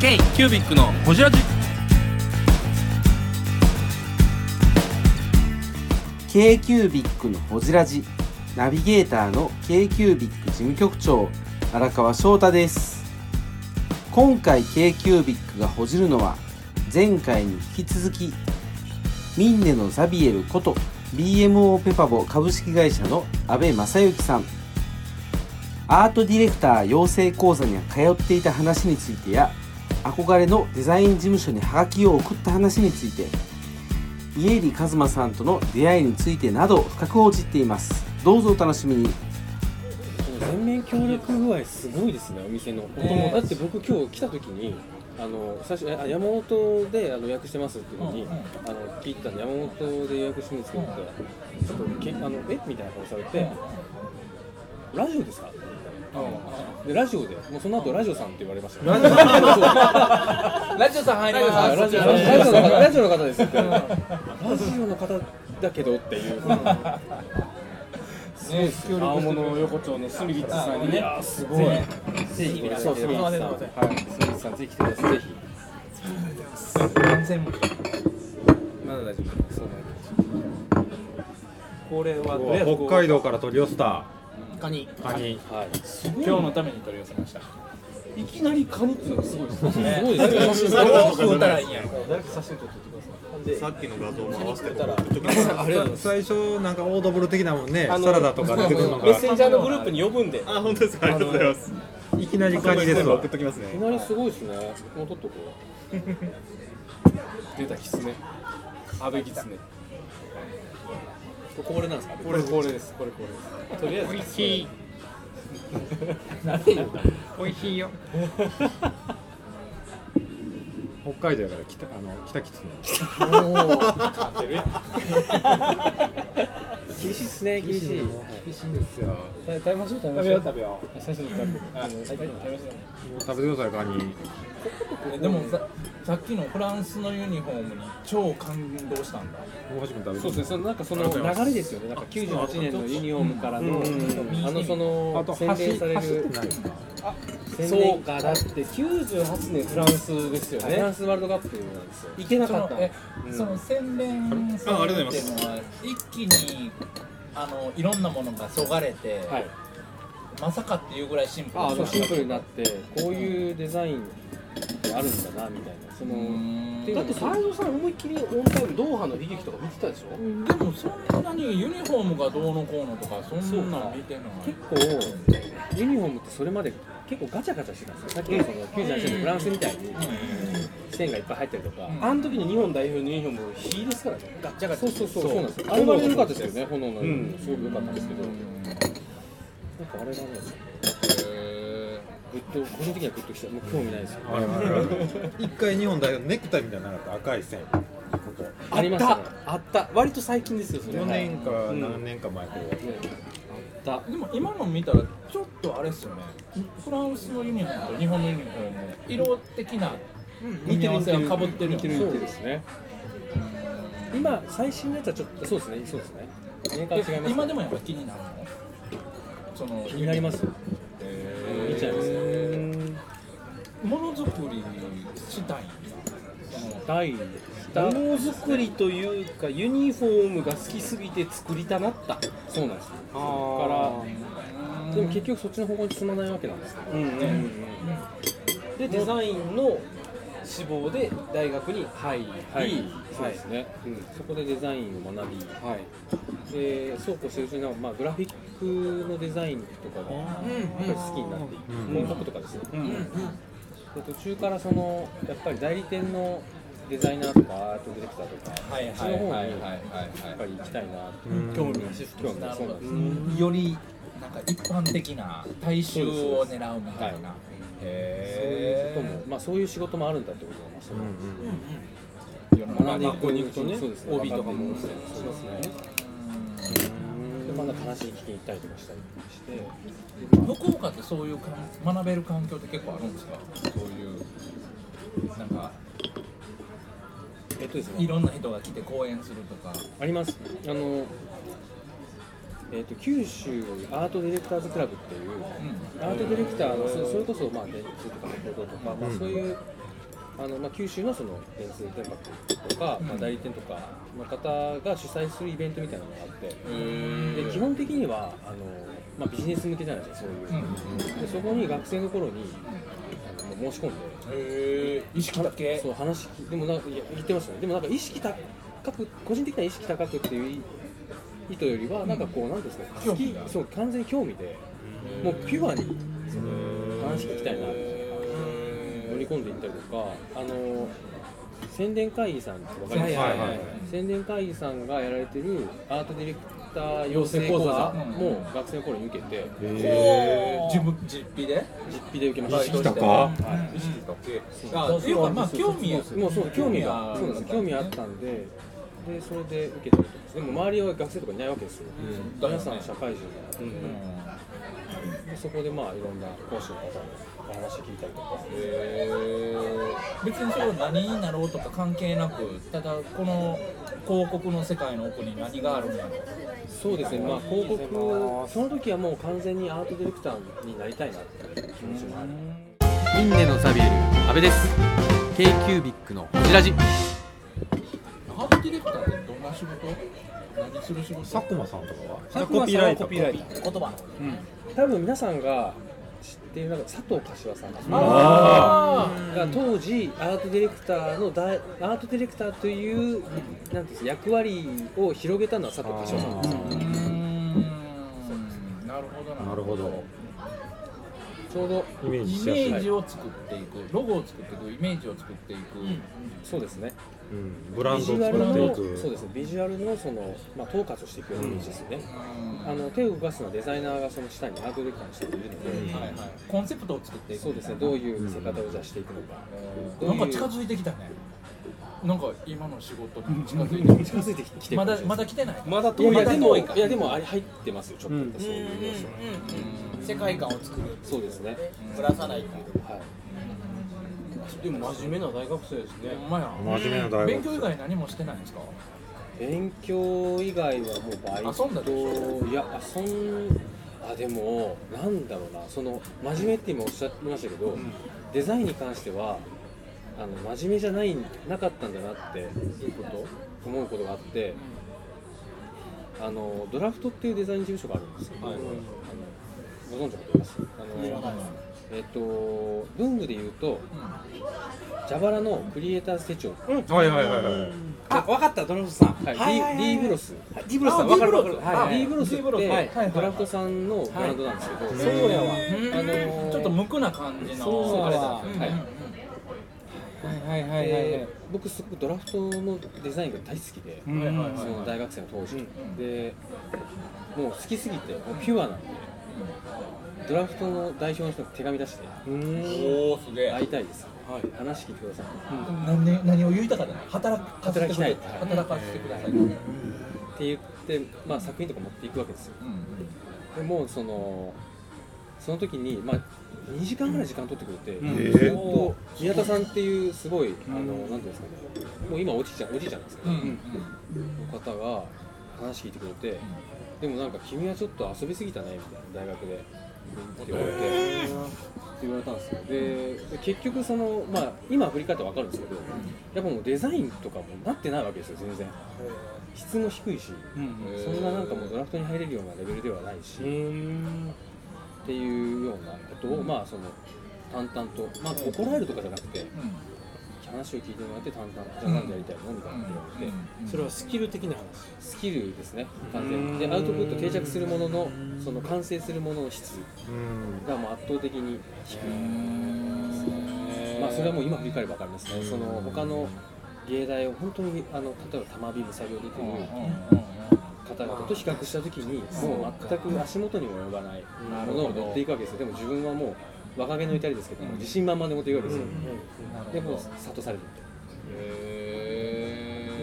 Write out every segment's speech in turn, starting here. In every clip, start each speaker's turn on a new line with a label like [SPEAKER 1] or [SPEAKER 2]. [SPEAKER 1] ケイキュービックのホジラジ
[SPEAKER 2] ー k ー b i c のほじラジナビゲーターの k ー b i c 事務局長荒川翔太です今回 k ー b i c がほじるのは前回に引き続きミンネのザビエルこと BMO ペパボ株式会社の阿部正幸さんアートディレクター養成講座に通っていた話についてや憧れのデザイン事務所にハガキを送った話について家入一馬さんとの出会いについてなど深く報じっていますどうぞお楽しみに
[SPEAKER 3] 全面協力具合すごいですねお店の、
[SPEAKER 1] ね
[SPEAKER 3] だって僕今日来た時にあの最初あ山本であの予約してますっていうのに、あの聞いたら山本で予約してるんですけどってちょっとけあのえみたいな顔されて「ラジオですか?」でラジオでもうその後ラジオさんって言われましたラジオさん
[SPEAKER 4] ラジオさん入ります。
[SPEAKER 3] ラジオラジオの方ラジオの方ですってラジオの方だけどっていう
[SPEAKER 4] ね
[SPEAKER 3] 青物横丁のスミリッツさんにねすごい
[SPEAKER 4] ぜひ皆さ
[SPEAKER 3] そ
[SPEAKER 4] ん
[SPEAKER 3] う、
[SPEAKER 4] 来て
[SPEAKER 3] スミ
[SPEAKER 4] くだ
[SPEAKER 3] リッ
[SPEAKER 4] さい
[SPEAKER 3] ツさんはい、スミリッツさんぜひ来てくださいぜひ
[SPEAKER 4] 全然まだ大丈夫。これはとりあえずこう
[SPEAKER 5] 北海道から取り寄せた
[SPEAKER 4] カニ。
[SPEAKER 5] カニ
[SPEAKER 3] はい
[SPEAKER 4] 今日のために取り寄せました。いきなりカニっていうのがすごいですね。
[SPEAKER 3] すごいですね
[SPEAKER 4] どう打ったらいいんやろ。
[SPEAKER 5] 最初なんかオードブル的なもんねサラダとか出てくるのが
[SPEAKER 4] メッセンジャーのグループに呼ぶんで。
[SPEAKER 6] あ、本当ですか。ありがとうございます。
[SPEAKER 5] いきなりカニですわ
[SPEAKER 6] 送っときます
[SPEAKER 3] いき
[SPEAKER 6] ね。
[SPEAKER 3] なりすごいですねもう取っとこう 出たキツネ阿部キツネ
[SPEAKER 4] これなんですか。
[SPEAKER 3] これこれですこれこれですとりあえず
[SPEAKER 5] 北海道やから北あの北キツネ
[SPEAKER 3] 厳しいですね厳しい
[SPEAKER 5] 厳しいんですよ
[SPEAKER 3] 食べましょう食べましょう食べよう最初に食べあの食べましょ
[SPEAKER 5] 食べてくださいカニ
[SPEAKER 4] でもささっきのフランスのユニフォームに超感動したんだ。
[SPEAKER 5] 大橋君食べ
[SPEAKER 3] う
[SPEAKER 5] て
[SPEAKER 3] そうですねそのなんかその流れですよねなんか98年のユニフォームからのあのそ
[SPEAKER 5] あ
[SPEAKER 3] の
[SPEAKER 5] と
[SPEAKER 3] 宣
[SPEAKER 5] 走
[SPEAKER 3] 伝され
[SPEAKER 5] 走って
[SPEAKER 3] る
[SPEAKER 5] ないよな
[SPEAKER 3] 宣
[SPEAKER 4] そう
[SPEAKER 3] 伝
[SPEAKER 4] かだって98年フランスですよ
[SPEAKER 3] フラ
[SPEAKER 4] ね
[SPEAKER 3] ン。スワールドカップなんですよ
[SPEAKER 4] 行けな
[SPEAKER 7] そ
[SPEAKER 4] かっ
[SPEAKER 7] の
[SPEAKER 4] た。
[SPEAKER 7] え、その洗練されるっていうのは一気にあのいろんなものがそがれて、
[SPEAKER 3] はい
[SPEAKER 7] まさかっていうぐらいシンプル
[SPEAKER 3] あ
[SPEAKER 7] な
[SPEAKER 3] のシンプルになってこういうデザインってあるんだなみたいなその
[SPEAKER 7] うん
[SPEAKER 3] っていう
[SPEAKER 4] だ
[SPEAKER 3] の
[SPEAKER 4] っ
[SPEAKER 3] も
[SPEAKER 4] て斎藤さん思いっきりオンタイムドーハの悲劇とか見てたでしょ。
[SPEAKER 7] でもそんなにユニフォームがどうのこうのとかそんなん見てない
[SPEAKER 3] 結構ユニフォームってそれまで結構ガチャガチャしてたんですよさっきのその98年のフランスみたいに線がいっぱい入ったりとか、
[SPEAKER 7] うん
[SPEAKER 4] あの時の日本代表のユニフォーム火ですからね。
[SPEAKER 7] ガッチャガチ
[SPEAKER 3] そ
[SPEAKER 7] ャ
[SPEAKER 3] うそうそうそうなんですよあれは良かったですよね炎の、すごく良かったんですけど、なんかあれがねグッと個人的にはグッときたもう興味ないですよ、
[SPEAKER 5] はいはい はい一回日本代表のネクタイみたいになのがあった赤い線ここ
[SPEAKER 3] ありましたね
[SPEAKER 4] あった。割と最近ですよそれ。
[SPEAKER 5] 4年か何年か前こう
[SPEAKER 3] だ
[SPEAKER 7] でも今の見たらちょっとあれっすよねフランスのユニフォームと日本のユニフォーム色的な組み合わせがかぶってるよ
[SPEAKER 3] 似てる
[SPEAKER 7] ね
[SPEAKER 3] 似てるですね今最新のやつはちょっとそうですねそうですねメーカーは違い
[SPEAKER 7] え
[SPEAKER 3] ます
[SPEAKER 7] 今でもやっぱ気になるのその
[SPEAKER 3] 気になりますよ見ちゃいますよ
[SPEAKER 7] ものづくりしたいんだ
[SPEAKER 3] 第
[SPEAKER 4] ものづくりというかユニフォームが好きすぎて作りたなった
[SPEAKER 3] そうなんですよ
[SPEAKER 4] あ
[SPEAKER 3] からでも結局そっちの方向に進まないわけなんですけど
[SPEAKER 4] うんうんうんうんでデザインの志望で大学に入り、
[SPEAKER 3] そうですね、うん、そこでデザインを学び、はい、でそうこうしてるうちになんか、まあ、グラフィックのデザインとかがやっぱり好きになっていく広告とかですね、で途中からそのやっぱり代理店のデザイナーとかアートディレクターとか、
[SPEAKER 7] はい
[SPEAKER 3] そっちの方にや
[SPEAKER 7] はい
[SPEAKER 3] っぱり行きたいなって
[SPEAKER 7] 興味がシフト
[SPEAKER 3] 興
[SPEAKER 7] し
[SPEAKER 3] 味
[SPEAKER 7] た
[SPEAKER 3] がそうなんですよ
[SPEAKER 7] よりなんか一般的な大衆を狙うみたいな、
[SPEAKER 3] はそういうこと
[SPEAKER 7] へ
[SPEAKER 3] も、まあ、そういう仕事もあるんだってことなんですよ、
[SPEAKER 7] え世の中
[SPEAKER 3] 学んでいくに行くとね
[SPEAKER 4] そうですね
[SPEAKER 3] OB とかも
[SPEAKER 4] そう
[SPEAKER 3] ですねでまだ話聞きに行ったりとかしたりして
[SPEAKER 7] 福岡ってそういうかん学べる環境って結構あるんですかそういうなんか
[SPEAKER 3] えっとですね
[SPEAKER 7] いろんな人が来て講演するとか
[SPEAKER 3] ありますあのえっと九州アートディレクターズクラブっていう、
[SPEAKER 7] う
[SPEAKER 3] アートディレクターのそそれこそまあ電通とかレコードとか、まあ、そういうあのまあ、九州のその電通天幕とか、まあ、代理店とかの方が主催するイベントみたいなのがあってで基本的にはあの、まあ、ビジネス向けじゃないですかそういう、でそこに学生の頃にあのもう申し込んで、
[SPEAKER 7] へえ意識だけ
[SPEAKER 3] そう話聞きでもなんかいや言ってましたねでもなんか意識高く個人的な意識高くっていう意図よりはなんかこうなんていうんですか
[SPEAKER 7] 興
[SPEAKER 3] 好
[SPEAKER 7] 味
[SPEAKER 3] き
[SPEAKER 7] が
[SPEAKER 3] そう完全に興味でもうピュアにその話聞きたいなみたいな乗り込んでいったりとかあの宣伝会議さんってわかりますか
[SPEAKER 5] はいはいはい
[SPEAKER 3] 宣伝会議さんがやられてるアートディレクター養成講座も学生の頃に受けて
[SPEAKER 5] え
[SPEAKER 7] 自分実費で
[SPEAKER 3] 実費で受けました
[SPEAKER 5] 高っ
[SPEAKER 7] はい意識だけあっていうかまあ興味や
[SPEAKER 3] もうそう興味がそうなんです興味あったんででそれで受けてるとでも周りは学生とかいないわけですよ、
[SPEAKER 7] だよね
[SPEAKER 3] 皆さん社会人だから、でそこでまあいろんな講師の方のお話聞いたりとか
[SPEAKER 7] へー別にそれは何になろうとか関係なくただこの広告の世界の奥に何があるんだろう
[SPEAKER 3] そうですねまあ広告その時はもう完全にアートディレクターになりたいなっていう気持ちもある
[SPEAKER 2] インネのザビエル阿部です k q b ビッのホジラジ
[SPEAKER 7] ハーブディレクターってどんな仕事何する仕事
[SPEAKER 5] 佐久間さんとかは
[SPEAKER 3] 佐久間さんはコピーライター
[SPEAKER 7] 言葉
[SPEAKER 3] 多分皆さんが知っているなんか佐藤柏さん
[SPEAKER 7] あ
[SPEAKER 3] が当時アートディレクターのだアートディレクターというなんていうんですか役割を広げたのは佐藤柏さんなんですよ
[SPEAKER 7] ーうーんなるほど
[SPEAKER 5] なるほど
[SPEAKER 3] ちょうど
[SPEAKER 5] イメ
[SPEAKER 7] イ
[SPEAKER 5] ー
[SPEAKER 7] メ
[SPEAKER 5] ジしやすい、
[SPEAKER 7] ージを作っていくロゴを作っていくイメージを作っていく、
[SPEAKER 3] そうですね
[SPEAKER 5] うん、ブラ
[SPEAKER 3] ビ
[SPEAKER 5] ンド
[SPEAKER 3] ジ
[SPEAKER 5] を
[SPEAKER 3] ュアル
[SPEAKER 5] 作ってい
[SPEAKER 3] の
[SPEAKER 5] く
[SPEAKER 3] そうですねビジュアルのその、まあ、統括していくようなイメージですよね、
[SPEAKER 7] うん
[SPEAKER 3] あの手を動かすのはデザイナーがその下にアートディレクターの下にいるので、
[SPEAKER 7] はいはい、コンセプトを作っていく
[SPEAKER 3] そうですねどういう見せ方をじゃあしていくのか、どう
[SPEAKER 7] ない
[SPEAKER 3] うん
[SPEAKER 7] か近づいてきたねなんか今の仕事に近づいてき
[SPEAKER 3] 近づいてきて
[SPEAKER 7] た
[SPEAKER 3] る
[SPEAKER 7] ま
[SPEAKER 3] かも
[SPEAKER 7] だ
[SPEAKER 3] しれな
[SPEAKER 7] ま
[SPEAKER 3] い
[SPEAKER 7] だ来
[SPEAKER 4] まだ
[SPEAKER 7] てない
[SPEAKER 3] いやいやでも
[SPEAKER 4] 遠い
[SPEAKER 3] い
[SPEAKER 4] か
[SPEAKER 3] やでもあれ入ってますよちょっと、
[SPEAKER 2] うん
[SPEAKER 3] そういう要素は
[SPEAKER 4] 世界観を作る
[SPEAKER 3] そうですね
[SPEAKER 4] ぶらさないっていう
[SPEAKER 3] はい
[SPEAKER 4] でも真面目な大学生ですね
[SPEAKER 7] ほんまや
[SPEAKER 5] 真面目な大学
[SPEAKER 7] 勉強以外何もしてないんですか
[SPEAKER 3] 勉強以外はもうバイト
[SPEAKER 7] 遊んだでし
[SPEAKER 3] いや遊んあでもなんだろうなその真面目って今おっしゃいましたけど、デザインに関してはあの真面目じゃないなかったんだなっていうこと思うことがあって、あのドラフトっていうデザイン事務所があるんですよ、あのご存知のことですあのえっと文具で言うと蛇腹のクリエイターズ手帳
[SPEAKER 5] はいはいはいはい
[SPEAKER 4] あ分かったドラフトさん
[SPEAKER 3] はい、
[SPEAKER 4] はいはい
[SPEAKER 3] D,
[SPEAKER 4] はい
[SPEAKER 3] D ブロス
[SPEAKER 4] はい D ブロスさん
[SPEAKER 7] あ
[SPEAKER 4] 分かる
[SPEAKER 7] D ブロス
[SPEAKER 4] 分かる
[SPEAKER 7] あ
[SPEAKER 4] はい
[SPEAKER 3] D ブロスって
[SPEAKER 7] はいはいはい
[SPEAKER 3] ドラフトさんのブランドなんですけど、
[SPEAKER 4] そうやわ
[SPEAKER 7] あの
[SPEAKER 4] ー
[SPEAKER 7] ちょっと無垢な感じの
[SPEAKER 4] そう
[SPEAKER 7] あれだ
[SPEAKER 4] は
[SPEAKER 7] うんうん
[SPEAKER 4] いはいはいはいはいはい
[SPEAKER 3] で僕すごくドラフトのデザインが大好きで、
[SPEAKER 7] うんはいはい
[SPEAKER 3] その
[SPEAKER 7] はい
[SPEAKER 3] 大学生の当時、でもう好きすぎてもうピュアなんで、ドラフトの代表の人に手紙出して
[SPEAKER 7] おおすげ
[SPEAKER 3] 会いたいです、
[SPEAKER 4] はい
[SPEAKER 3] 話聞いてください、
[SPEAKER 7] 何何を言いたかったの働かせて
[SPEAKER 3] 働き
[SPEAKER 7] く
[SPEAKER 3] た
[SPEAKER 7] れ
[SPEAKER 3] い
[SPEAKER 7] 働かせてくださいうん
[SPEAKER 3] って言って、まあ、作品とか持っていくわけですよでもうそのその時に、まあ、2時間ぐらい時間取ってくれて、
[SPEAKER 5] ん
[SPEAKER 3] ずっと宮田さんっていうすごい、あのなんていうんですかねもう今おじいちゃんおじいちゃんですけど、
[SPEAKER 7] うん
[SPEAKER 3] の方が話聞いてくれて、でもなんか君はちょっと遊びすぎたねみたいな大学で。って言われて、って言われたんですよでで結局その、まあ、今振り返って分かるんですけどやっぱもうデザインとかもなってないわけですよ全然質も低いし、そんななんかもうドラフトに入れるようなレベルではないし、っていうようなことを、まあその淡々と、まあ、怒られるとかじゃなくて、話を聞いてもらって淡々と何でやりたいの何かって言われて、
[SPEAKER 4] それはスキル的な話
[SPEAKER 3] スキルですね完全にでアウトプット定着するもののその完成するものの質
[SPEAKER 5] うん
[SPEAKER 3] がもう圧倒的に低いですねまあそれはもう今振り返れば分かりますねその他の芸大を本当にあの例えば玉ビーム作業でという方々と比較した時にもう全く足元にも及ばないものを持っていくわけですよでも自分はもう若気の至りですけども自信満々で持っていくわけですよ、でもう諭される
[SPEAKER 7] へ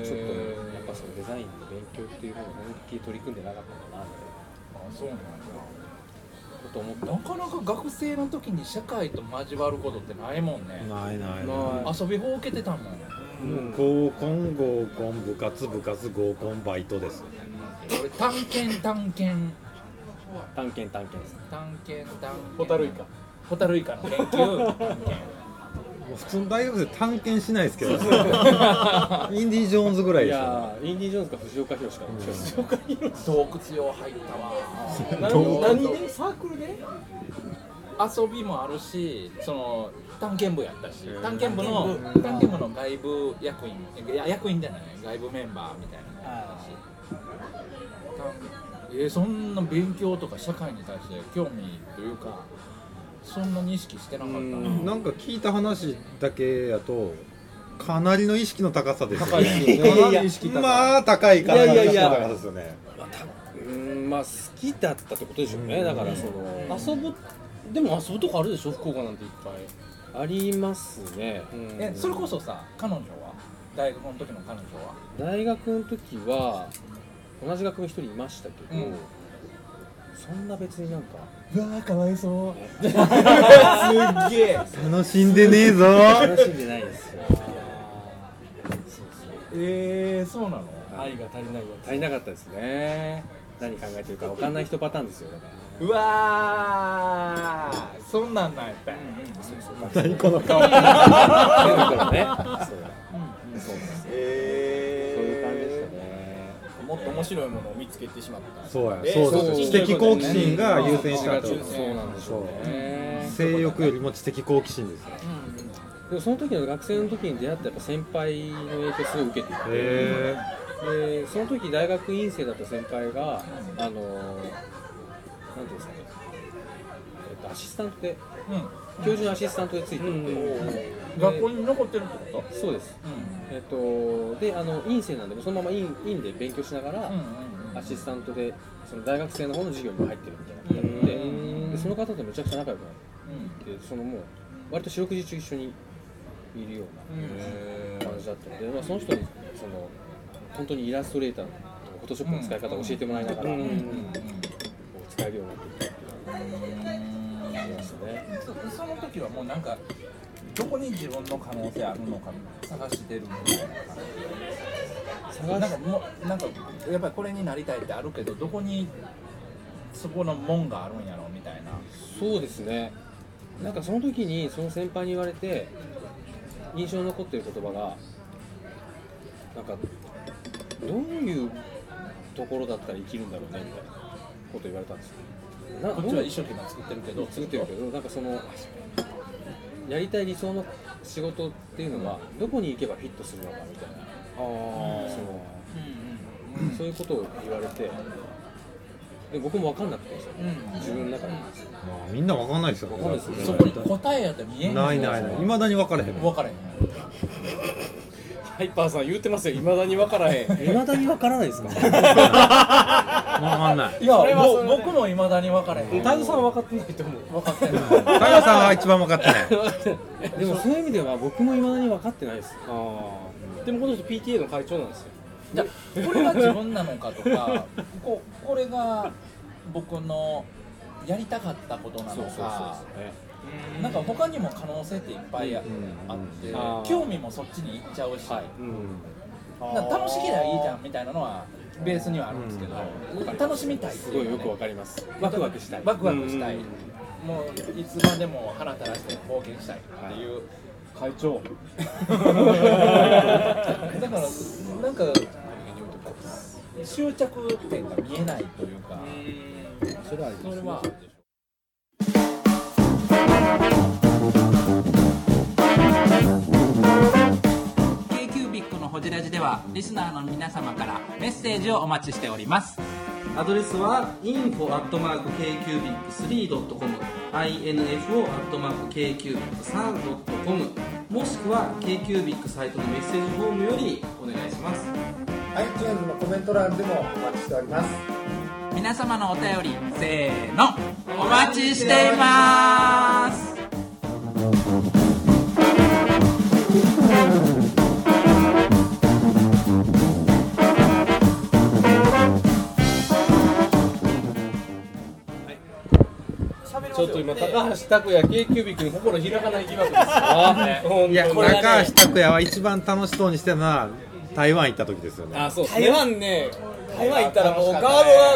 [SPEAKER 3] ちょっと
[SPEAKER 7] え
[SPEAKER 3] やっぱそのデザインの勉強っていうものを思いっきり取り組んでなかったんだなみ
[SPEAKER 7] あそうなんだ
[SPEAKER 3] たいなこと思っ
[SPEAKER 7] な
[SPEAKER 3] た
[SPEAKER 7] かなか学生の時に社会と交わることってないもんね
[SPEAKER 5] ないない
[SPEAKER 4] な
[SPEAKER 5] ない
[SPEAKER 7] 遊びほうけてたもん
[SPEAKER 5] い合コン合コン部活部活合コンバイトです
[SPEAKER 7] 俺探検探検
[SPEAKER 3] 探検探検です
[SPEAKER 7] 探検探検
[SPEAKER 4] ホタルイカ
[SPEAKER 7] ホタルイカの研究探検
[SPEAKER 5] もう普通の大学生探検しないですけど、インディ・ジョーンズぐらい
[SPEAKER 3] い
[SPEAKER 5] ですよ、
[SPEAKER 3] やーインディ・ジョーンズか藤岡弘か、藤岡弘
[SPEAKER 4] 洞窟用入ったわ
[SPEAKER 5] 洞窟
[SPEAKER 4] 何何でサークルで
[SPEAKER 7] 遊びもあるしその探検部やったし
[SPEAKER 5] へー
[SPEAKER 7] 探検部の
[SPEAKER 4] 探検部
[SPEAKER 7] 探検部の外部役員いや役員じゃない外部メンバーみたいなのやったし探えーそんな勉強とか社会に対して興味というかそんなに意識してなかったな
[SPEAKER 3] うん
[SPEAKER 5] なんか聞いた話だけやと、かなりの意識の高さですよ
[SPEAKER 3] 高いで
[SPEAKER 5] ね、
[SPEAKER 3] すよね
[SPEAKER 5] かなりの意識高いまあ、高い、かなりの
[SPEAKER 3] い
[SPEAKER 5] 意
[SPEAKER 3] やい
[SPEAKER 5] 識の
[SPEAKER 3] やいや
[SPEAKER 5] 高さですよね。
[SPEAKER 3] うーんまあ好きだったってことでしょうね、
[SPEAKER 5] うん
[SPEAKER 3] だからその
[SPEAKER 4] 遊ぶ
[SPEAKER 3] でも遊ぶとこあるでしょ福岡なんていっぱいありますね、うん
[SPEAKER 7] えそれこそさ彼女は大学の時の彼女は
[SPEAKER 3] 大学の時は同じ学部に一人いましたけど、
[SPEAKER 7] うん
[SPEAKER 3] そんな別になんか
[SPEAKER 7] うわかわいそう
[SPEAKER 4] すげえ
[SPEAKER 5] 楽しんでねえぞ
[SPEAKER 3] 楽しんでないですよ
[SPEAKER 7] えー、そうなの
[SPEAKER 3] 愛が足りないよ足りなかったですね何考えてるか分かんない人パターンですよ だから
[SPEAKER 7] うわーそんなんなんやったんや
[SPEAKER 5] 何この顔
[SPEAKER 3] ねそうそうですそういう感じでしたね
[SPEAKER 4] もっと面白いものを見知的好奇心が見つけてしまった
[SPEAKER 5] そうや
[SPEAKER 4] え
[SPEAKER 5] そうそう
[SPEAKER 3] そう
[SPEAKER 5] 知的好奇心が優先した
[SPEAKER 3] が
[SPEAKER 5] と
[SPEAKER 3] 中そうなんでしょうね
[SPEAKER 5] 性欲よりも知的好奇心ですね
[SPEAKER 3] でもその時の学生の時に出会ったやっぱ先輩の影響すごい受けていて
[SPEAKER 5] へ
[SPEAKER 3] でその時大学院生だった先輩があのなんていうんですかねえっとアシスタントで
[SPEAKER 7] う
[SPEAKER 3] 教授のアシスタントでついていて、で
[SPEAKER 7] ん学校に残ってるってこと
[SPEAKER 3] そうです
[SPEAKER 7] うん
[SPEAKER 3] えっとであの院生なんでそのまま院院で勉強しながら、
[SPEAKER 7] うんうんうん
[SPEAKER 3] アシスタントでその大学生の方の授業にも入ってるみたいな方で
[SPEAKER 7] うん
[SPEAKER 3] でその方とめちゃくちゃ仲良くな
[SPEAKER 7] うん
[SPEAKER 3] ってそのもう割と四六時中一緒にいるような感じだったので、まあ、その人にその本当にイラストレーターとかフォトショップの使い方を教えてもらいながら、
[SPEAKER 4] うん
[SPEAKER 3] こ
[SPEAKER 7] うんうん
[SPEAKER 3] う使えるようになっていったっていう感じですね。
[SPEAKER 7] そその時はもうなんかどこに自分の可能性あるのか探してるみたいな感じなん
[SPEAKER 3] 探し
[SPEAKER 7] かもうなんかやっぱりこれになりたいってあるけどどこにそこの門があるんやろみたいな
[SPEAKER 3] そうですねなんかその時にその先輩に言われて印象に残ってる言葉がなんかどういうところだったら生きるんだろうねみたいなこと言われたんですよな
[SPEAKER 7] こっちは一生懸命作ってるけ
[SPEAKER 3] ど
[SPEAKER 7] ど
[SPEAKER 3] う作ってるけどなんかそのやりたい理想の仕事っていうのがどこに行けばフィットするのかみたいなそのそういうことを言われてで僕も分かんなくてそれ自分の中で。
[SPEAKER 5] まあみんなわかんないですよね
[SPEAKER 3] わかんないです
[SPEAKER 7] そこに答えやったら見えへん
[SPEAKER 5] ないないない未だに分からへんもん
[SPEAKER 7] 分からへん
[SPEAKER 4] ハイパーさん言うてますよいまだに分からへん
[SPEAKER 3] 未だにわからないです か
[SPEAKER 5] 分かんない
[SPEAKER 7] いや
[SPEAKER 4] それはそれで
[SPEAKER 7] 僕もいまだに分からへん分
[SPEAKER 4] タイズさんは分かってないと思う
[SPEAKER 7] かってない
[SPEAKER 5] 加賀さんは一番分かってない
[SPEAKER 3] でもそういう意味では僕も未だに分かってないです
[SPEAKER 4] ああでもこの人 PTA の会長なんですよ
[SPEAKER 7] じゃあこれが自分なのかとか ここれが僕のやりたかったことなのかなんか他にも可能性っていっぱいあ
[SPEAKER 5] うん
[SPEAKER 7] あって、
[SPEAKER 5] うん
[SPEAKER 3] あー
[SPEAKER 7] 興味もそっちに行っちゃうし、
[SPEAKER 5] うん
[SPEAKER 7] なんか楽しければいいじゃんみたいなのはベースにはあるんですけど、楽しみたいって
[SPEAKER 3] す
[SPEAKER 7] い
[SPEAKER 3] ご
[SPEAKER 7] う
[SPEAKER 3] い
[SPEAKER 7] ね
[SPEAKER 3] よくわかりますワクワクしたい
[SPEAKER 7] ワクワクしたい、
[SPEAKER 3] うん
[SPEAKER 7] もういつまでも腹垂らして貢献したいっていう
[SPEAKER 4] 会 長
[SPEAKER 7] だからなんか執着点が見えないというか、
[SPEAKER 3] それはあり
[SPEAKER 7] そ
[SPEAKER 3] ま
[SPEAKER 7] れ
[SPEAKER 3] す
[SPEAKER 7] は
[SPEAKER 2] アドレスは info.kcubic3.com info.kcubic3.com もしくは KQBIC サイトのメッセージフォームよりお願いします
[SPEAKER 1] iTunes のコメント欄でもお待ちしております
[SPEAKER 7] 皆様のお便りせーのお待ちしています
[SPEAKER 4] ちょっと今高橋拓也 k キュービックに心開かない疑惑ですあ
[SPEAKER 5] いや
[SPEAKER 4] これね
[SPEAKER 5] 高橋拓也は一番楽しそうにしてたのは台湾行った時ですよね
[SPEAKER 4] あそう台湾ね
[SPEAKER 3] 今行ったらもうガー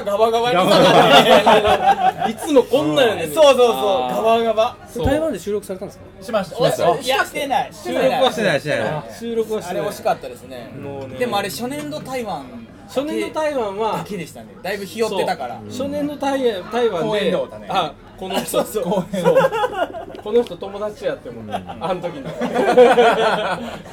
[SPEAKER 3] ドがガバガバになっていつもこんなんやねんそうそうそうガバガバ
[SPEAKER 8] それ台湾で収録されたんですか
[SPEAKER 7] しました。いやしてない。収録
[SPEAKER 5] はしてないしてない
[SPEAKER 8] 収録はし
[SPEAKER 7] あ
[SPEAKER 8] て
[SPEAKER 7] れ
[SPEAKER 8] ない
[SPEAKER 7] 惜しかったですね。
[SPEAKER 3] もうね
[SPEAKER 7] でもあれ初年度台湾
[SPEAKER 3] 初年度台湾は
[SPEAKER 7] だけでしたね。だいぶひよってたから。
[SPEAKER 3] そう初年の台台湾
[SPEAKER 7] 公園
[SPEAKER 3] で、
[SPEAKER 7] 料だね
[SPEAKER 3] あこの人そう
[SPEAKER 7] 公園
[SPEAKER 3] この人友達やっても、ね、あの時の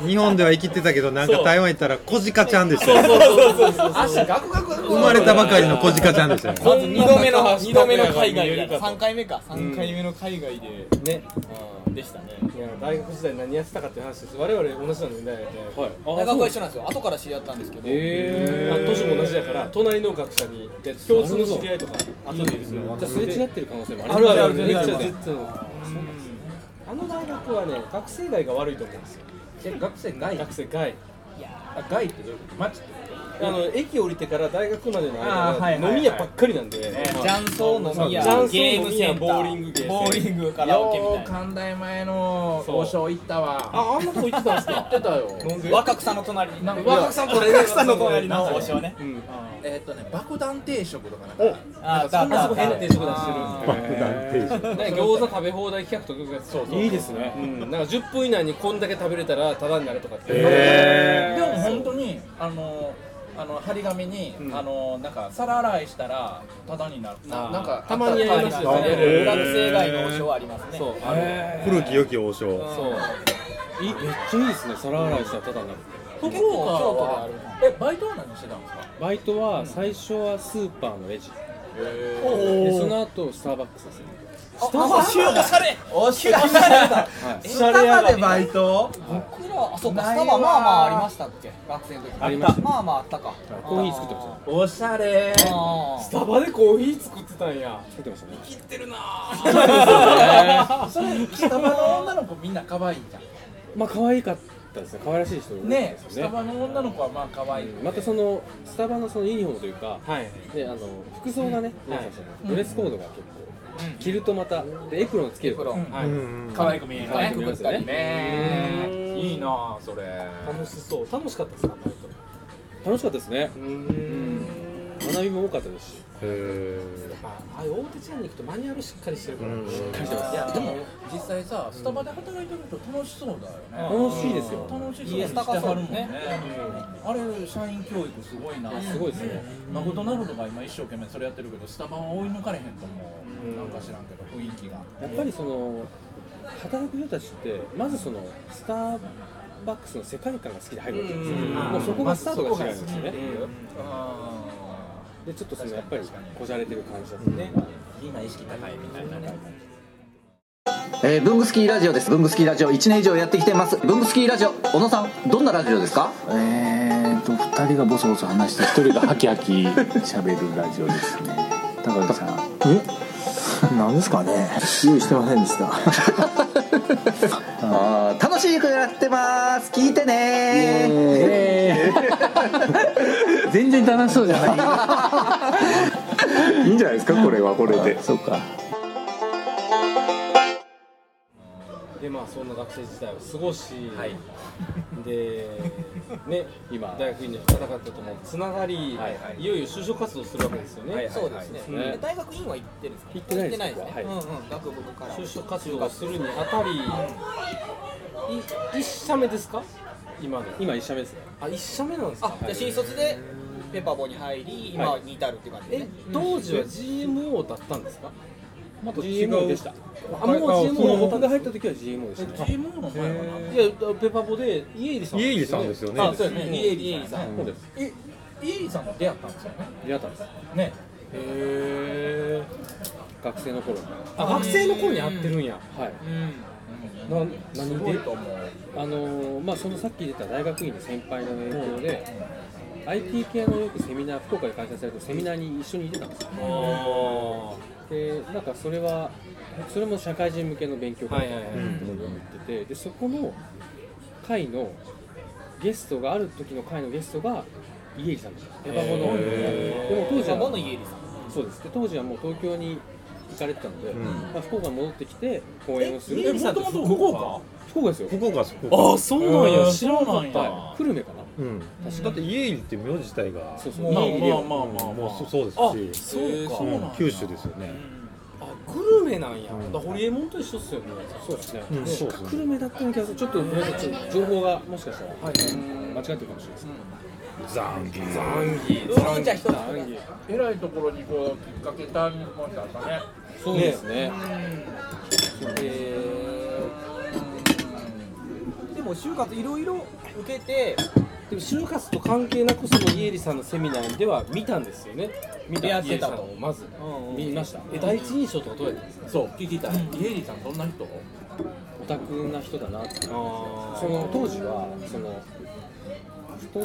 [SPEAKER 5] 日本では生きてたけどなんか台湾行ったら小鹿ちゃんでした
[SPEAKER 3] そう
[SPEAKER 5] よ
[SPEAKER 3] そうそうそう
[SPEAKER 7] 足ガクガクガク。
[SPEAKER 5] 生まれたばかりの小鹿ちゃんでしたよ
[SPEAKER 7] まず二度目の二度目の海外
[SPEAKER 3] 見えるか
[SPEAKER 7] で
[SPEAKER 3] と
[SPEAKER 7] 三回目か三回目の海外で
[SPEAKER 3] ね
[SPEAKER 7] うんでしたね。
[SPEAKER 3] いや大学時代何やってたかっていう話です我々同じの年代で、
[SPEAKER 8] はい
[SPEAKER 7] 大学
[SPEAKER 3] 大
[SPEAKER 7] は
[SPEAKER 3] 学は
[SPEAKER 7] 一緒なんですよ。後から知り合ったんですけど。
[SPEAKER 3] えー、あ年も同じだから隣の学者にで共通の知り合いとか後でですね
[SPEAKER 8] じゃあすれ違ってる可能性もあ
[SPEAKER 3] あ
[SPEAKER 8] り
[SPEAKER 3] る
[SPEAKER 8] ま
[SPEAKER 3] あ
[SPEAKER 8] す
[SPEAKER 3] る
[SPEAKER 8] よ
[SPEAKER 3] あるめっちゃ
[SPEAKER 8] めっちゃ
[SPEAKER 3] 絶対あの大学はね学生街が悪いと思うんですよ
[SPEAKER 9] え学生外
[SPEAKER 3] 学生街
[SPEAKER 9] あ外ってどういうことマジ
[SPEAKER 3] あの駅降りてから大学までの間
[SPEAKER 9] あーはいはいは
[SPEAKER 3] はい飲み屋ばっかりなんで、
[SPEAKER 7] ジャンソー飲み屋、
[SPEAKER 3] ジャンソー
[SPEAKER 7] ゲームセンター、
[SPEAKER 3] ボーリングゲーセン
[SPEAKER 7] ボーリングカラオケみ
[SPEAKER 9] よ
[SPEAKER 7] た
[SPEAKER 9] う
[SPEAKER 7] いな。
[SPEAKER 9] 寛大前の
[SPEAKER 3] そう
[SPEAKER 9] 王将行ったわ
[SPEAKER 3] ああんなとこ行ってたんです
[SPEAKER 9] 行っ
[SPEAKER 3] か
[SPEAKER 9] てたよ
[SPEAKER 7] 若草の隣に。
[SPEAKER 9] なんか
[SPEAKER 7] 若草の隣若草の隣の王将ね。
[SPEAKER 3] うん
[SPEAKER 9] えーっとね爆弾定食とかなんか
[SPEAKER 7] あー、だ
[SPEAKER 3] あそこ変な定食出してる
[SPEAKER 7] あ
[SPEAKER 5] 爆弾定食
[SPEAKER 3] なんか餃子食べ放題企画とかそうそういいですね、うん、なんか10分以内にこんだけ食べれたらタダになるとかって、
[SPEAKER 5] え
[SPEAKER 7] でも本当にあのあの張り紙に、あのなんか皿洗いしたらタダになる。
[SPEAKER 3] あー
[SPEAKER 9] なんか
[SPEAKER 3] たまにやりますよ
[SPEAKER 7] あ
[SPEAKER 3] ね、
[SPEAKER 5] へー
[SPEAKER 7] 学生街の王将はありますね。
[SPEAKER 3] そうある
[SPEAKER 5] ー古き良き王将
[SPEAKER 3] そういめっちゃいいですね皿洗いしたらタダになる
[SPEAKER 7] 福岡はえバイトは何してたんですか。
[SPEAKER 3] バイトは最初はスーパーのレジでそ
[SPEAKER 7] お
[SPEAKER 3] の後スターバックスですね
[SPEAKER 7] お。おしおしゃれ。おしゃれ。
[SPEAKER 3] はい
[SPEAKER 7] スタバでバイト。
[SPEAKER 9] ト
[SPEAKER 7] 僕らあそっかス
[SPEAKER 9] ない
[SPEAKER 7] タ
[SPEAKER 9] わ
[SPEAKER 7] バまあまあありましたっけ学生の時。
[SPEAKER 3] ありました
[SPEAKER 7] まあまああったか。
[SPEAKER 3] コーヒー作ってましたね
[SPEAKER 9] おしゃれ
[SPEAKER 7] あ
[SPEAKER 3] スタバでコーヒー作ってたんや作ってましたね
[SPEAKER 7] あ。 それスタバの女の子みんな可愛いじゃん。
[SPEAKER 3] まあ可愛かったですね可愛らしい人多い
[SPEAKER 7] ね
[SPEAKER 3] です
[SPEAKER 7] ス
[SPEAKER 3] よ
[SPEAKER 7] タバの女の子はまあ可愛い。
[SPEAKER 3] またそのスタバのそのユニフォームというか、であの服装がね、皆さんそのドレスコードが結構、着るとまたでエプロンつけると
[SPEAKER 7] エプロン
[SPEAKER 3] はい
[SPEAKER 5] うん
[SPEAKER 7] 可愛く見える。可愛く見えますよね。
[SPEAKER 9] ね
[SPEAKER 3] う
[SPEAKER 9] え
[SPEAKER 3] ん
[SPEAKER 9] いいなあそれ
[SPEAKER 3] 楽しそう楽しかったですかバイト楽しかったですねうん学びも多かったですし
[SPEAKER 5] へ
[SPEAKER 3] ああいう大手チェーンに行くとマニュアルしっかりしてるから、
[SPEAKER 5] うん
[SPEAKER 3] しっかりしてま
[SPEAKER 7] い
[SPEAKER 3] す
[SPEAKER 7] やでも実際さスタバで働いてる人楽しそうだよね。
[SPEAKER 3] 楽しいですよ
[SPEAKER 7] 楽し
[SPEAKER 3] い
[SPEAKER 7] い
[SPEAKER 3] や
[SPEAKER 7] スタバ
[SPEAKER 3] 高
[SPEAKER 7] さ
[SPEAKER 3] そ
[SPEAKER 7] るも
[SPEAKER 3] うで
[SPEAKER 7] んね。
[SPEAKER 3] すね
[SPEAKER 7] あれ社員教育すごいな。
[SPEAKER 3] すごいですね。
[SPEAKER 7] 誠なるとが今一生懸命それやってるけどスタバは追い抜かれへんと思う。なんか知らんけど雰囲気が。
[SPEAKER 3] やっぱりその働く人たちってまずそのスターバックスの世界観が好きで入るわけですよ、もうそこがスタートが違うんですよね、でちょっとそのやっぱりこじゃれてる感じだったね、
[SPEAKER 7] 今意識高いみたいなね。
[SPEAKER 10] えー、ブングスキーラジオですブングスキーラジオ1年以上やってきてますブングスキーラジオ小野さんどんなラジオですか
[SPEAKER 11] えーと2人がボソボソ話して1人がハキハキ喋るラジオですね高木さん
[SPEAKER 2] えなんですかね用意してませんでした
[SPEAKER 10] あー楽しい曲やってます聞いてね
[SPEAKER 11] えー全然楽しそうじゃない
[SPEAKER 2] いいんじゃないですかこれはこれで
[SPEAKER 11] そうか
[SPEAKER 3] でまあそんな学生時代を過ごし、で ね今大学院で戦ったともつながり、いよいよ就職活動するわけですよね、
[SPEAKER 7] そうですね。
[SPEAKER 3] ね
[SPEAKER 7] 大学院は行ってるんですか。
[SPEAKER 3] 行ってないです
[SPEAKER 7] ね。
[SPEAKER 3] はい
[SPEAKER 7] うんうん。学部から。
[SPEAKER 3] 就職活動をするにあたりい一社目ですか今の今一社目ですねあ一社目なんですか
[SPEAKER 7] あ、じゃあ新卒でペッパーボーに入り、今に至るって感じで
[SPEAKER 3] え
[SPEAKER 7] ね。
[SPEAKER 3] 当時は GMO だったんですか
[SPEAKER 5] また違
[SPEAKER 3] GMO
[SPEAKER 5] う
[SPEAKER 3] でしたあもう GMO 僕が入った時は GMO でしたね
[SPEAKER 7] GMO の前は何
[SPEAKER 3] いやペパボで家入さん
[SPEAKER 5] 家入さんですよね
[SPEAKER 7] あ、そうやね。
[SPEAKER 3] ん
[SPEAKER 7] イエリーさん。
[SPEAKER 3] そうです
[SPEAKER 7] え、イエリーさんと出会ったんですよね。
[SPEAKER 3] 出会ったんですへ
[SPEAKER 7] ね。
[SPEAKER 3] え学生の頃にあ学生の頃に会ってるんやはい
[SPEAKER 7] うん。
[SPEAKER 3] な
[SPEAKER 7] す
[SPEAKER 3] 何
[SPEAKER 7] ごい
[SPEAKER 3] で
[SPEAKER 7] と思う。
[SPEAKER 3] あのーまあそのさっき出た大学院の先輩の影響で IT 系のよくセミナー福岡で開催されたセミナーに一緒に行ってたんですよでなんかそれはそれも社会人向けの勉強会みたいなところに行っててでそこの会のゲストがある時の会のゲストが家入さんでしたエバボのでも当時
[SPEAKER 7] じゃ
[SPEAKER 3] は
[SPEAKER 7] あ、ボのイエリーさん。
[SPEAKER 3] そうですで当時はもう東京に行かれてたので、
[SPEAKER 5] ん
[SPEAKER 3] まあ、福岡に戻ってきて講演をする
[SPEAKER 7] えもともと福岡
[SPEAKER 3] 福岡ですよ
[SPEAKER 5] 福岡福岡
[SPEAKER 7] あ、そうなんや。知らな
[SPEAKER 3] はい久留米かな
[SPEAKER 5] うん、だって家入って名字自体が
[SPEAKER 3] そうそう
[SPEAKER 7] まあ
[SPEAKER 3] 家入れよう
[SPEAKER 7] まあまあまあまあ
[SPEAKER 5] もうそそうですし
[SPEAKER 3] そうか、
[SPEAKER 7] そうなんや
[SPEAKER 5] 九州ですよね
[SPEAKER 3] あグルメなんや、
[SPEAKER 5] うん
[SPEAKER 3] だホリエモンと一緒っすよねそうですね、
[SPEAKER 5] うんそうですね
[SPEAKER 3] グルメだったような気がするちょっとごめんなさいちょっと情報がもしかしたら、間違ってるかもしれないですね
[SPEAKER 5] ザンギ
[SPEAKER 3] ザンギ
[SPEAKER 7] う
[SPEAKER 3] ザ
[SPEAKER 7] ん
[SPEAKER 3] ン
[SPEAKER 7] じゃあ一
[SPEAKER 3] ギ
[SPEAKER 7] つ
[SPEAKER 3] ザンギ
[SPEAKER 7] えらいところにこうきっかけターニングポイントあったね
[SPEAKER 3] そうですね
[SPEAKER 12] でも就活いろいろ受けてでも就活と関係なくその家入さんのセミナーでは見たんですよね
[SPEAKER 3] 見
[SPEAKER 7] 出
[SPEAKER 3] た
[SPEAKER 7] 会って
[SPEAKER 3] 家
[SPEAKER 7] た
[SPEAKER 3] さ
[SPEAKER 7] と
[SPEAKER 3] んをまず見ましたえ第一印象とかどうやったんですか
[SPEAKER 7] そう聞きたい家入さんどんな人
[SPEAKER 3] オタクな人だなってその当時はその太っ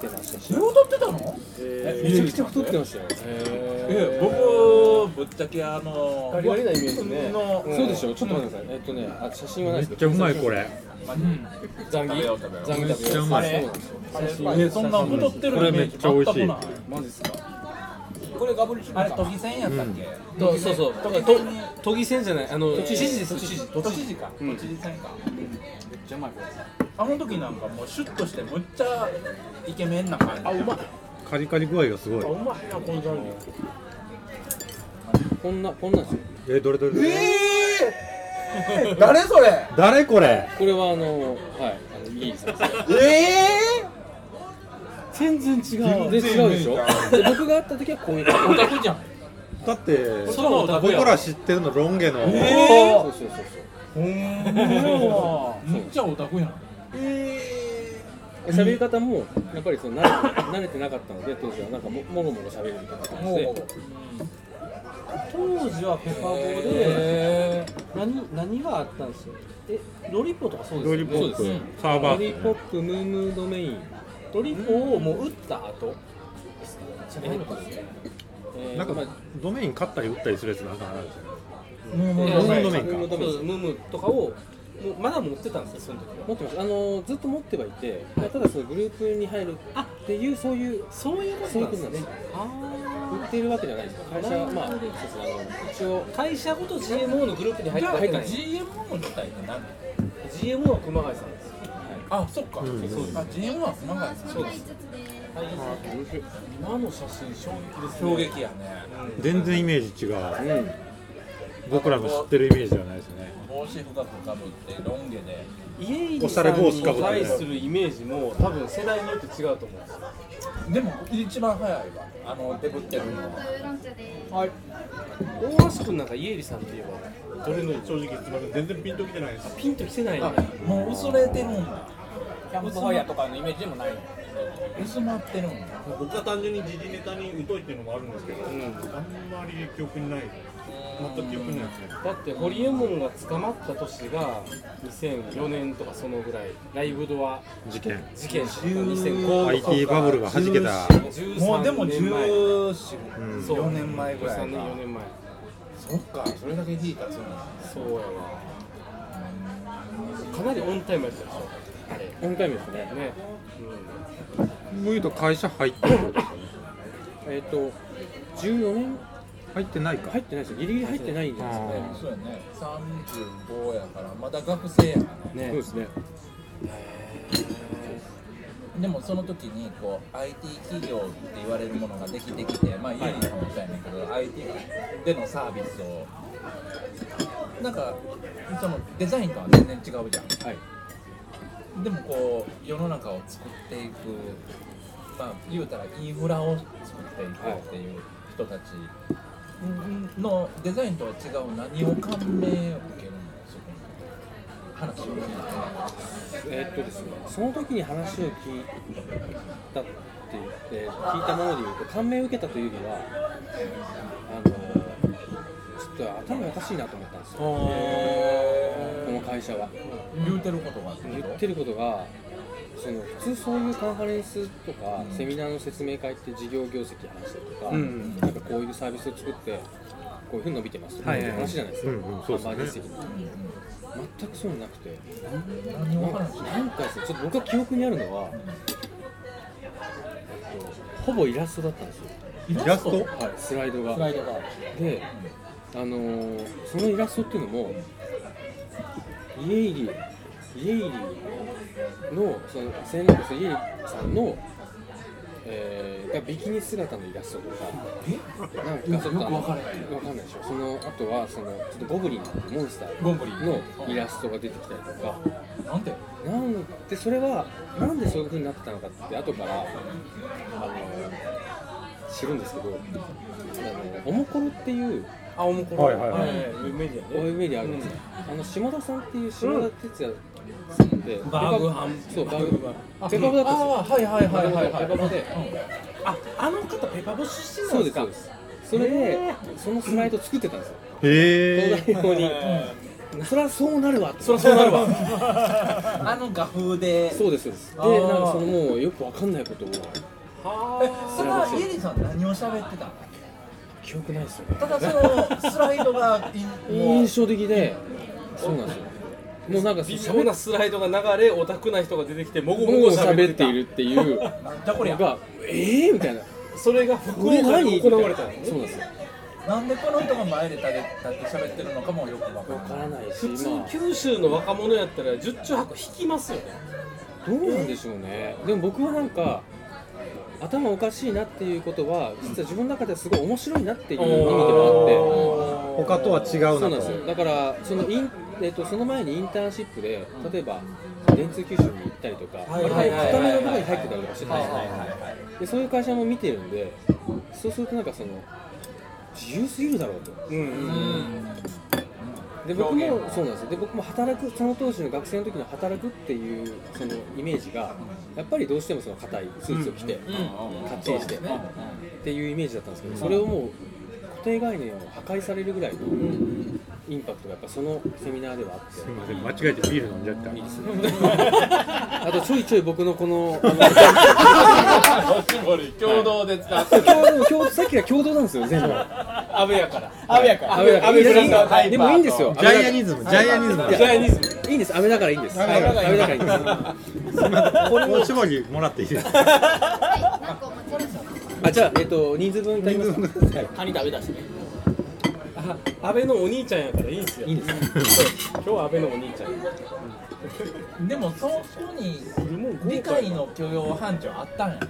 [SPEAKER 3] てましたし
[SPEAKER 7] 踊ってたの
[SPEAKER 3] えめちゃくちゃ太ってましたよ
[SPEAKER 7] え僕ぶっちゃけあの
[SPEAKER 3] ガリガリなイメージね
[SPEAKER 7] の
[SPEAKER 3] そうでしょちょっと待ってくださいえっとねあ写真はな
[SPEAKER 5] め
[SPEAKER 3] い
[SPEAKER 5] っ
[SPEAKER 3] です
[SPEAKER 5] ちゃうまいこれ
[SPEAKER 3] ザンギ
[SPEAKER 7] 食べよう食べよう
[SPEAKER 3] ザンギ
[SPEAKER 5] めっちゃうまい
[SPEAKER 3] そうなんですよ
[SPEAKER 7] えそんな太ってるイメージ全くない
[SPEAKER 3] マジですか
[SPEAKER 7] これガブリあれ都議選やったっけ
[SPEAKER 3] そうそうそうと都議選じゃないあの知事です知事
[SPEAKER 7] 都知事か都知事選かあの時なんかもうシュッとしてむっちゃイケメンな感じあうまい
[SPEAKER 5] カリカリ具合がすごい
[SPEAKER 7] あうまいなこのジャンル
[SPEAKER 3] こんなこんなんですよ
[SPEAKER 5] えどれどれどれ
[SPEAKER 7] え誰それ
[SPEAKER 5] 誰これ
[SPEAKER 3] これはあのはいあのいいです全然違うで違うでしょで僕が会った時はこういう
[SPEAKER 7] オタクじゃん
[SPEAKER 5] だって
[SPEAKER 7] そのオタク
[SPEAKER 5] 僕
[SPEAKER 7] や
[SPEAKER 5] ら知ってるのロン毛の
[SPEAKER 7] え
[SPEAKER 3] そうそうそうそう
[SPEAKER 7] ー むっちゃオタクやん
[SPEAKER 3] 喋り方もやっぱりその慣れて慣れてなかったので当時はなんかももろもろ喋るみたいな感じで
[SPEAKER 12] 当時はペパボで、何何があったんですよえロリポとかそうです
[SPEAKER 5] ロ
[SPEAKER 12] よ
[SPEAKER 5] リ
[SPEAKER 12] ね
[SPEAKER 5] ポッ
[SPEAKER 3] そうで
[SPEAKER 5] プ
[SPEAKER 3] す
[SPEAKER 5] サー
[SPEAKER 3] ロ
[SPEAKER 5] バ
[SPEAKER 3] リ
[SPEAKER 5] ー
[SPEAKER 3] ポップムームードメイン
[SPEAKER 12] ロリポをもう打った後じゃないのかな
[SPEAKER 3] えー
[SPEAKER 5] なんか
[SPEAKER 3] まあ
[SPEAKER 5] ドメイン買ったり売ったりするやつなんかあるんですよね
[SPEAKER 3] ム
[SPEAKER 5] ームードメインか
[SPEAKER 3] ムームードメイン
[SPEAKER 12] そうムームーとかをもうまだ持ってたんですよその時は
[SPEAKER 3] 持ってますあのずっと持ってはいて、まあ、ただそのグループに入るっていうそういう
[SPEAKER 12] そういうこと
[SPEAKER 3] そうい
[SPEAKER 12] な
[SPEAKER 3] うんこ
[SPEAKER 12] で
[SPEAKER 3] と
[SPEAKER 12] ねあ
[SPEAKER 3] なんですすよ売っているわけじゃないですか会社はまあそうですねあの一応
[SPEAKER 12] あ会社ごと GMO のグループに入っ
[SPEAKER 7] じ
[SPEAKER 12] た
[SPEAKER 7] ゃあ
[SPEAKER 12] 入ったんです
[SPEAKER 7] GMO 自体って何
[SPEAKER 12] GMO は熊谷さんです
[SPEAKER 7] あそっかそう
[SPEAKER 5] うん
[SPEAKER 7] あ GMO は熊谷さんそうです
[SPEAKER 12] 今の写真衝撃です
[SPEAKER 7] 衝撃やね
[SPEAKER 5] 全然イメージ違う、僕らの知ってるイメージではないですね
[SPEAKER 7] 帽子深くかぶってロン毛で
[SPEAKER 12] 家
[SPEAKER 5] お
[SPEAKER 12] 入
[SPEAKER 5] しゃ
[SPEAKER 12] さ
[SPEAKER 5] れ
[SPEAKER 12] ん
[SPEAKER 5] 帽子
[SPEAKER 12] に
[SPEAKER 5] かぶってね
[SPEAKER 12] 対するイメージも多分世代によって違うと思うんですよ
[SPEAKER 7] でも一番早いわあのデブってるのは
[SPEAKER 12] はい大橋君なんか家入さんって言え
[SPEAKER 13] それの正直言ってません全然ピンときてないです
[SPEAKER 12] ばピンときてないんだ
[SPEAKER 7] もう薄れてるんだ
[SPEAKER 12] キャンプファイヤーとかのイメージでもない
[SPEAKER 7] 薄まってるんだ
[SPEAKER 13] 僕は単純に時事ネタに疎いっていうのもあるんですけど、あんまり記憶にない全く記憶にないですね
[SPEAKER 12] だってホリエモンが捕まった年が2004年とかそのぐらいライブドア
[SPEAKER 5] 事件
[SPEAKER 12] 事件とか2005
[SPEAKER 5] IT バブルが弾けた
[SPEAKER 7] もうでも
[SPEAKER 12] 年前
[SPEAKER 7] 14
[SPEAKER 5] うん
[SPEAKER 12] そう
[SPEAKER 7] 年前ぐらいか
[SPEAKER 12] 13年4年前
[SPEAKER 7] そっかそれだけ引いたそう
[SPEAKER 12] そうやなかなりオンタイムやったでしょあれ
[SPEAKER 3] 4回目ですね
[SPEAKER 12] ね、
[SPEAKER 5] もう言うと会社入ってるってことですよね
[SPEAKER 3] えっ、と14年
[SPEAKER 5] 入ってないか
[SPEAKER 3] 入ってないですよギリギリ入ってないんじゃないですかね
[SPEAKER 5] あ
[SPEAKER 7] そうやね35やからまだ学生やから
[SPEAKER 3] そうですね
[SPEAKER 7] でもその時にこう IT 企業って言われるものができてきてまあユニさんもそうやねんけど IT でのサービスをなんかそのデザインとは全然違うじゃん
[SPEAKER 3] はい
[SPEAKER 7] でもこう世の中を作っていくまあ言うたらインフラを作っていくっていう人たちのデザインとは違う何を感銘を受けるのそこの話を聞いて
[SPEAKER 3] えっとですねその時に話を聞いたって、えー聞いたものでいうと感銘を受けたというよりはあのちょっと頭おかしいなと思ったんですよこの会社は
[SPEAKER 7] 言うてることがある
[SPEAKER 3] 言ってることがその普通そういうカンファレンスとか、セミナーの説明会って事業業績話したりとか、なんかこういうサービスを作ってこういうふうに伸びてますとか、って話じゃないですか、
[SPEAKER 5] うんうんそうですね
[SPEAKER 3] 販売実績も全くそうなくて
[SPEAKER 7] 何
[SPEAKER 3] な
[SPEAKER 7] を
[SPEAKER 3] んか
[SPEAKER 7] 話して
[SPEAKER 3] なんかですねちょっと僕が記憶にあるのは、ほぼイラストだったんですよ、
[SPEAKER 7] イ
[SPEAKER 5] イラスト
[SPEAKER 3] はい、スライドが
[SPEAKER 7] スライドが
[SPEAKER 3] で、あのーそのイラストっていうのも家入イエイリのその千年のイエイリさんの、えーがビキニ姿のイラストとかなんかちょっとあの
[SPEAKER 7] よくわからない
[SPEAKER 3] わかんないでしょそのあとはそのちょっとゴブリンモンスター
[SPEAKER 7] ゴンブリン
[SPEAKER 3] のイラストが出てきたりとか
[SPEAKER 7] なんて
[SPEAKER 3] なんでそれはなんでそういう風になったのかって後からあの知るんですけどあのおもころっていう
[SPEAKER 7] あおもこ
[SPEAKER 5] はいはいはい
[SPEAKER 7] メディ
[SPEAKER 3] ウェブメディアあるんですよ、あの下田さんっていう島田哲也さんで、
[SPEAKER 7] バーグハン
[SPEAKER 3] そうバーグハン
[SPEAKER 7] あ
[SPEAKER 3] ペパボだったんですよ
[SPEAKER 7] あーはいはいはいはいはい
[SPEAKER 3] ペパボで
[SPEAKER 7] うんああの方ペパボ出身な
[SPEAKER 3] そ
[SPEAKER 7] ん
[SPEAKER 3] う
[SPEAKER 7] で
[SPEAKER 3] ですす
[SPEAKER 7] か
[SPEAKER 3] そうですそれでそのスライド作ってたんですよ
[SPEAKER 5] へ
[SPEAKER 3] 東大
[SPEAKER 5] え
[SPEAKER 3] 用にそりゃそうなるわって
[SPEAKER 7] そりゃそうなるわあの画風で
[SPEAKER 3] そうですそうですで
[SPEAKER 7] あー
[SPEAKER 3] なんかそのもうよくわかんないことを
[SPEAKER 7] えそれはイエリンさん何を喋ってたの
[SPEAKER 3] 記憶ないですよね
[SPEAKER 7] ただそのスライドがいもう
[SPEAKER 3] 印象的でそうなんですよもうなんか
[SPEAKER 14] 微
[SPEAKER 3] そ
[SPEAKER 14] 妙
[SPEAKER 3] う
[SPEAKER 14] なスライドが流れオタクな人が出てきてもごも
[SPEAKER 3] も
[SPEAKER 14] ご
[SPEAKER 3] う
[SPEAKER 14] 喋
[SPEAKER 3] 喋
[SPEAKER 14] っ
[SPEAKER 3] ってて
[SPEAKER 14] い
[SPEAKER 3] い
[SPEAKER 14] る
[SPEAKER 3] るっていう
[SPEAKER 7] なん じゃこり
[SPEAKER 3] の
[SPEAKER 7] ゃ
[SPEAKER 3] がええー、みたいな
[SPEAKER 14] それが福
[SPEAKER 3] これ
[SPEAKER 14] 岡
[SPEAKER 3] 何
[SPEAKER 14] で
[SPEAKER 3] みたい
[SPEAKER 14] 行
[SPEAKER 3] な
[SPEAKER 14] われたのね
[SPEAKER 3] そうなんですよ
[SPEAKER 7] なんでこの人が前で立て立って喋ってるのかもよくわか
[SPEAKER 3] わ
[SPEAKER 7] らな
[SPEAKER 3] か
[SPEAKER 7] い
[SPEAKER 3] らないし
[SPEAKER 14] 普通
[SPEAKER 3] まあ
[SPEAKER 14] 九州の若者やったら十中八九引きますよね
[SPEAKER 3] どうなんでしょうねでも僕はなんか頭おかしいなっていうことは実は自分の中ではすごい面白いなっていう意味でもあって
[SPEAKER 5] 他とは違
[SPEAKER 3] そ
[SPEAKER 5] う
[SPEAKER 3] うな
[SPEAKER 5] な
[SPEAKER 3] んです
[SPEAKER 5] と
[SPEAKER 3] よだからそのイン、えっとその前にインターンシップで例えば電通九州に行ったりとか
[SPEAKER 7] い
[SPEAKER 3] 割と
[SPEAKER 7] はいはい
[SPEAKER 3] 固めのところに入ってたりとかしてたんですよ
[SPEAKER 7] はいはい
[SPEAKER 3] ね
[SPEAKER 7] はい
[SPEAKER 3] でそういう会社も見てるんでそうするとなんかその自由すぎるだろうとで僕もそうなんですよで僕も働くその当時の学生の時の働くっていうそのイメージがやっぱりどうしてもその硬いスーツを着て、かっちりして、っていうイメージだったんですけど、それをもう固定概念を破壊されるぐらいのインパクトがやっぱそのセミナーではあって、
[SPEAKER 5] すいません間違えてビール飲んじゃっ た
[SPEAKER 3] あとちょいちょい僕のこのあの
[SPEAKER 7] 共同で使って
[SPEAKER 3] 共同共同さっきが共同なんですよ全部
[SPEAKER 14] 阿部やから
[SPEAKER 7] あやか
[SPEAKER 3] アメだからいいんですでもいいんですよ
[SPEAKER 5] ジャイアニズムジャイアニズム
[SPEAKER 3] いやいいんですアメだからいいんですアメだからいいんです
[SPEAKER 5] これおしぼりもらっていいですか
[SPEAKER 3] あじゃあえっと人数分足りますか
[SPEAKER 14] カニ食べだしね阿部のお兄ちゃんやからいいんですよ
[SPEAKER 3] いいんですか
[SPEAKER 14] 今日は阿部のお兄ちゃん
[SPEAKER 7] でもそこに理解の許容範疇あったんやね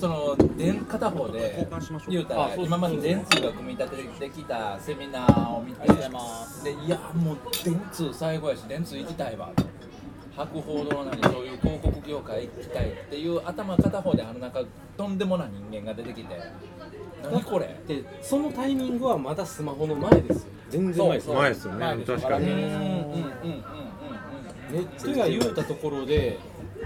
[SPEAKER 7] そのでん片方で言うたら今まで電通が組み立ててきたセミナーを見てでいやもう電通最後やし電通行きたいわ博報堂なりそういう広告業界行きたいっていう頭片方であの中とんでもない人間が出てきて何これ
[SPEAKER 14] でそのタイミングはまだスマホの前ですよ
[SPEAKER 3] 全然うまいです
[SPEAKER 5] 前ですよね確か
[SPEAKER 7] うんうん
[SPEAKER 5] に
[SPEAKER 7] うんうんうんうん
[SPEAKER 14] ネットが言うたところで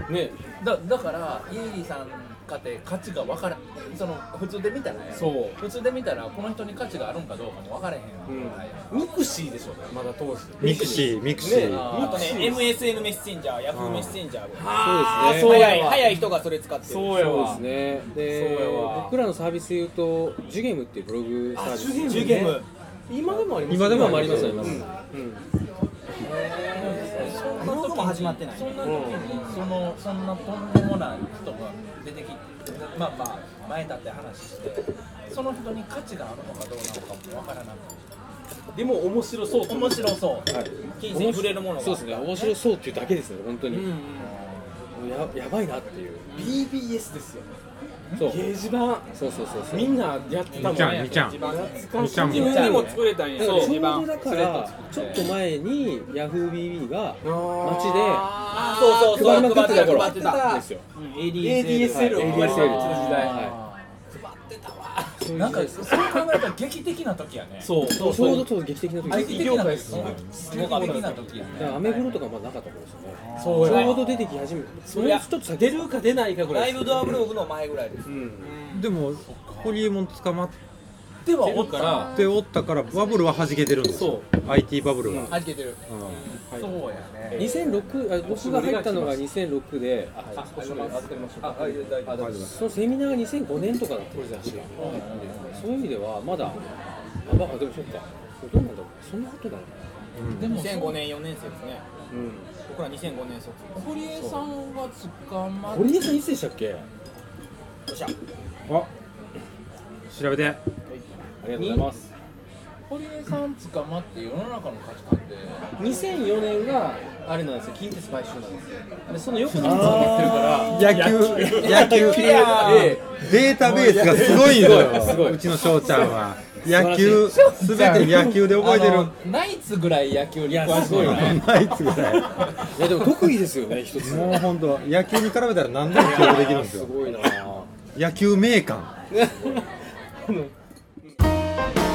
[SPEAKER 14] ね
[SPEAKER 7] だだからイエリーさんかて価値が分からんその普通で見たらね
[SPEAKER 14] そう
[SPEAKER 7] 普通で見たらこの人に価値があるんかどうかも分からへん
[SPEAKER 14] ん
[SPEAKER 7] はい
[SPEAKER 14] ミクシーでしょうねまだ当時
[SPEAKER 5] ミクシーミクシー
[SPEAKER 7] あとね
[SPEAKER 14] MSN メッセンジャーヤフーメッセンジャー
[SPEAKER 3] そうですね
[SPEAKER 14] 早い早い人がそれ使ってるそうや
[SPEAKER 3] そう
[SPEAKER 14] わ
[SPEAKER 3] ですねで
[SPEAKER 14] そうやわ
[SPEAKER 3] 僕らのサービスで言うとジュゲムっていうブログサービス
[SPEAKER 14] ジュゲム今でもあります
[SPEAKER 3] 今でもあ
[SPEAKER 14] あ
[SPEAKER 3] り
[SPEAKER 14] り
[SPEAKER 3] ま
[SPEAKER 14] ますす
[SPEAKER 3] あ
[SPEAKER 14] あ
[SPEAKER 3] り
[SPEAKER 14] り
[SPEAKER 3] ま
[SPEAKER 14] ますす
[SPEAKER 7] そんな時も始まってないそんな時にそのそんなとんでもない人が出てきてまあまあ前だって話してその人に価値があるのかどうなのかも分からなく
[SPEAKER 14] でも面白そうと
[SPEAKER 7] 面白そう
[SPEAKER 14] 金銭に触れるものが
[SPEAKER 3] そうですね面白そうっていうだけですね本当に、ややばいなっていう
[SPEAKER 14] BBS ですよ
[SPEAKER 3] そう
[SPEAKER 14] 掲示板
[SPEAKER 3] そうそうそうそう
[SPEAKER 14] みんなやってたもん
[SPEAKER 5] みちゃんみちゃんみちゃん
[SPEAKER 14] 自
[SPEAKER 5] も
[SPEAKER 14] 分でも作れたんや
[SPEAKER 3] だからちょうど
[SPEAKER 14] 番
[SPEAKER 3] だからちょっと前に YahooBB が街で
[SPEAKER 14] あそう
[SPEAKER 3] 配りまくってた頃
[SPEAKER 14] 配ってた
[SPEAKER 3] ですよ
[SPEAKER 14] ADSL を 配ってた
[SPEAKER 3] ADSL
[SPEAKER 14] 時代
[SPEAKER 7] なんかそう考えたら劇的な時やね
[SPEAKER 14] そう
[SPEAKER 3] そうちょうどちょうど劇的な時です
[SPEAKER 7] IT
[SPEAKER 3] よ
[SPEAKER 7] 的な時
[SPEAKER 14] うん
[SPEAKER 7] すごい劇的な時やね
[SPEAKER 3] だからアメブロとかまだなかった頃ですよね
[SPEAKER 14] そう
[SPEAKER 3] ち
[SPEAKER 14] や
[SPEAKER 3] ょうど出てき始めたそれちょっと先
[SPEAKER 14] 出るか出ないかぐらい
[SPEAKER 7] イブドアブログの前ぐらいです
[SPEAKER 5] でもホリエモン捕まっ
[SPEAKER 7] では
[SPEAKER 14] 出
[SPEAKER 7] お
[SPEAKER 14] る
[SPEAKER 7] っ
[SPEAKER 14] か
[SPEAKER 7] たら
[SPEAKER 14] ら
[SPEAKER 5] ておったからバブルは弾けてるんですよ IT バブルが
[SPEAKER 7] はじけてるそうやね
[SPEAKER 3] 2006あ僕が入ったのが2006であ
[SPEAKER 7] あ、これもあってましょうかあ、いや大丈夫です
[SPEAKER 3] そのセミナーが2005年とかだったんですよ確かそういう意味ではまだあまあでもそっかどうなんだろうそんなことだろ
[SPEAKER 7] でも
[SPEAKER 14] 2005年4年生ですね
[SPEAKER 3] ううん
[SPEAKER 14] 僕ら2005年卒
[SPEAKER 7] 堀江さんは捕まっ
[SPEAKER 3] 堀江さんいつでしたっけあ
[SPEAKER 5] あ調べて
[SPEAKER 3] りがとうございます
[SPEAKER 7] 堀江さん捕まって世の中の価値観で
[SPEAKER 3] 2004年があれなんですよ近鉄買収なんですよでその翌年に捕まってるから
[SPEAKER 5] 野球野球
[SPEAKER 3] で
[SPEAKER 5] データベースがすごいの
[SPEAKER 3] すご
[SPEAKER 5] よ
[SPEAKER 3] いう
[SPEAKER 5] ちの翔ちゃんは野球すべて野球で覚えてる
[SPEAKER 7] あのナイツぐらい野球に詳しい
[SPEAKER 3] い
[SPEAKER 7] よ
[SPEAKER 3] やすごい
[SPEAKER 7] ね
[SPEAKER 5] ナイツぐらい
[SPEAKER 3] いやでも特技ですよね一つ
[SPEAKER 5] もう本当野球に比べたら何でも記憶できるんです
[SPEAKER 3] す
[SPEAKER 5] よ
[SPEAKER 3] ごいな
[SPEAKER 5] 野球名鑑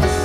[SPEAKER 15] す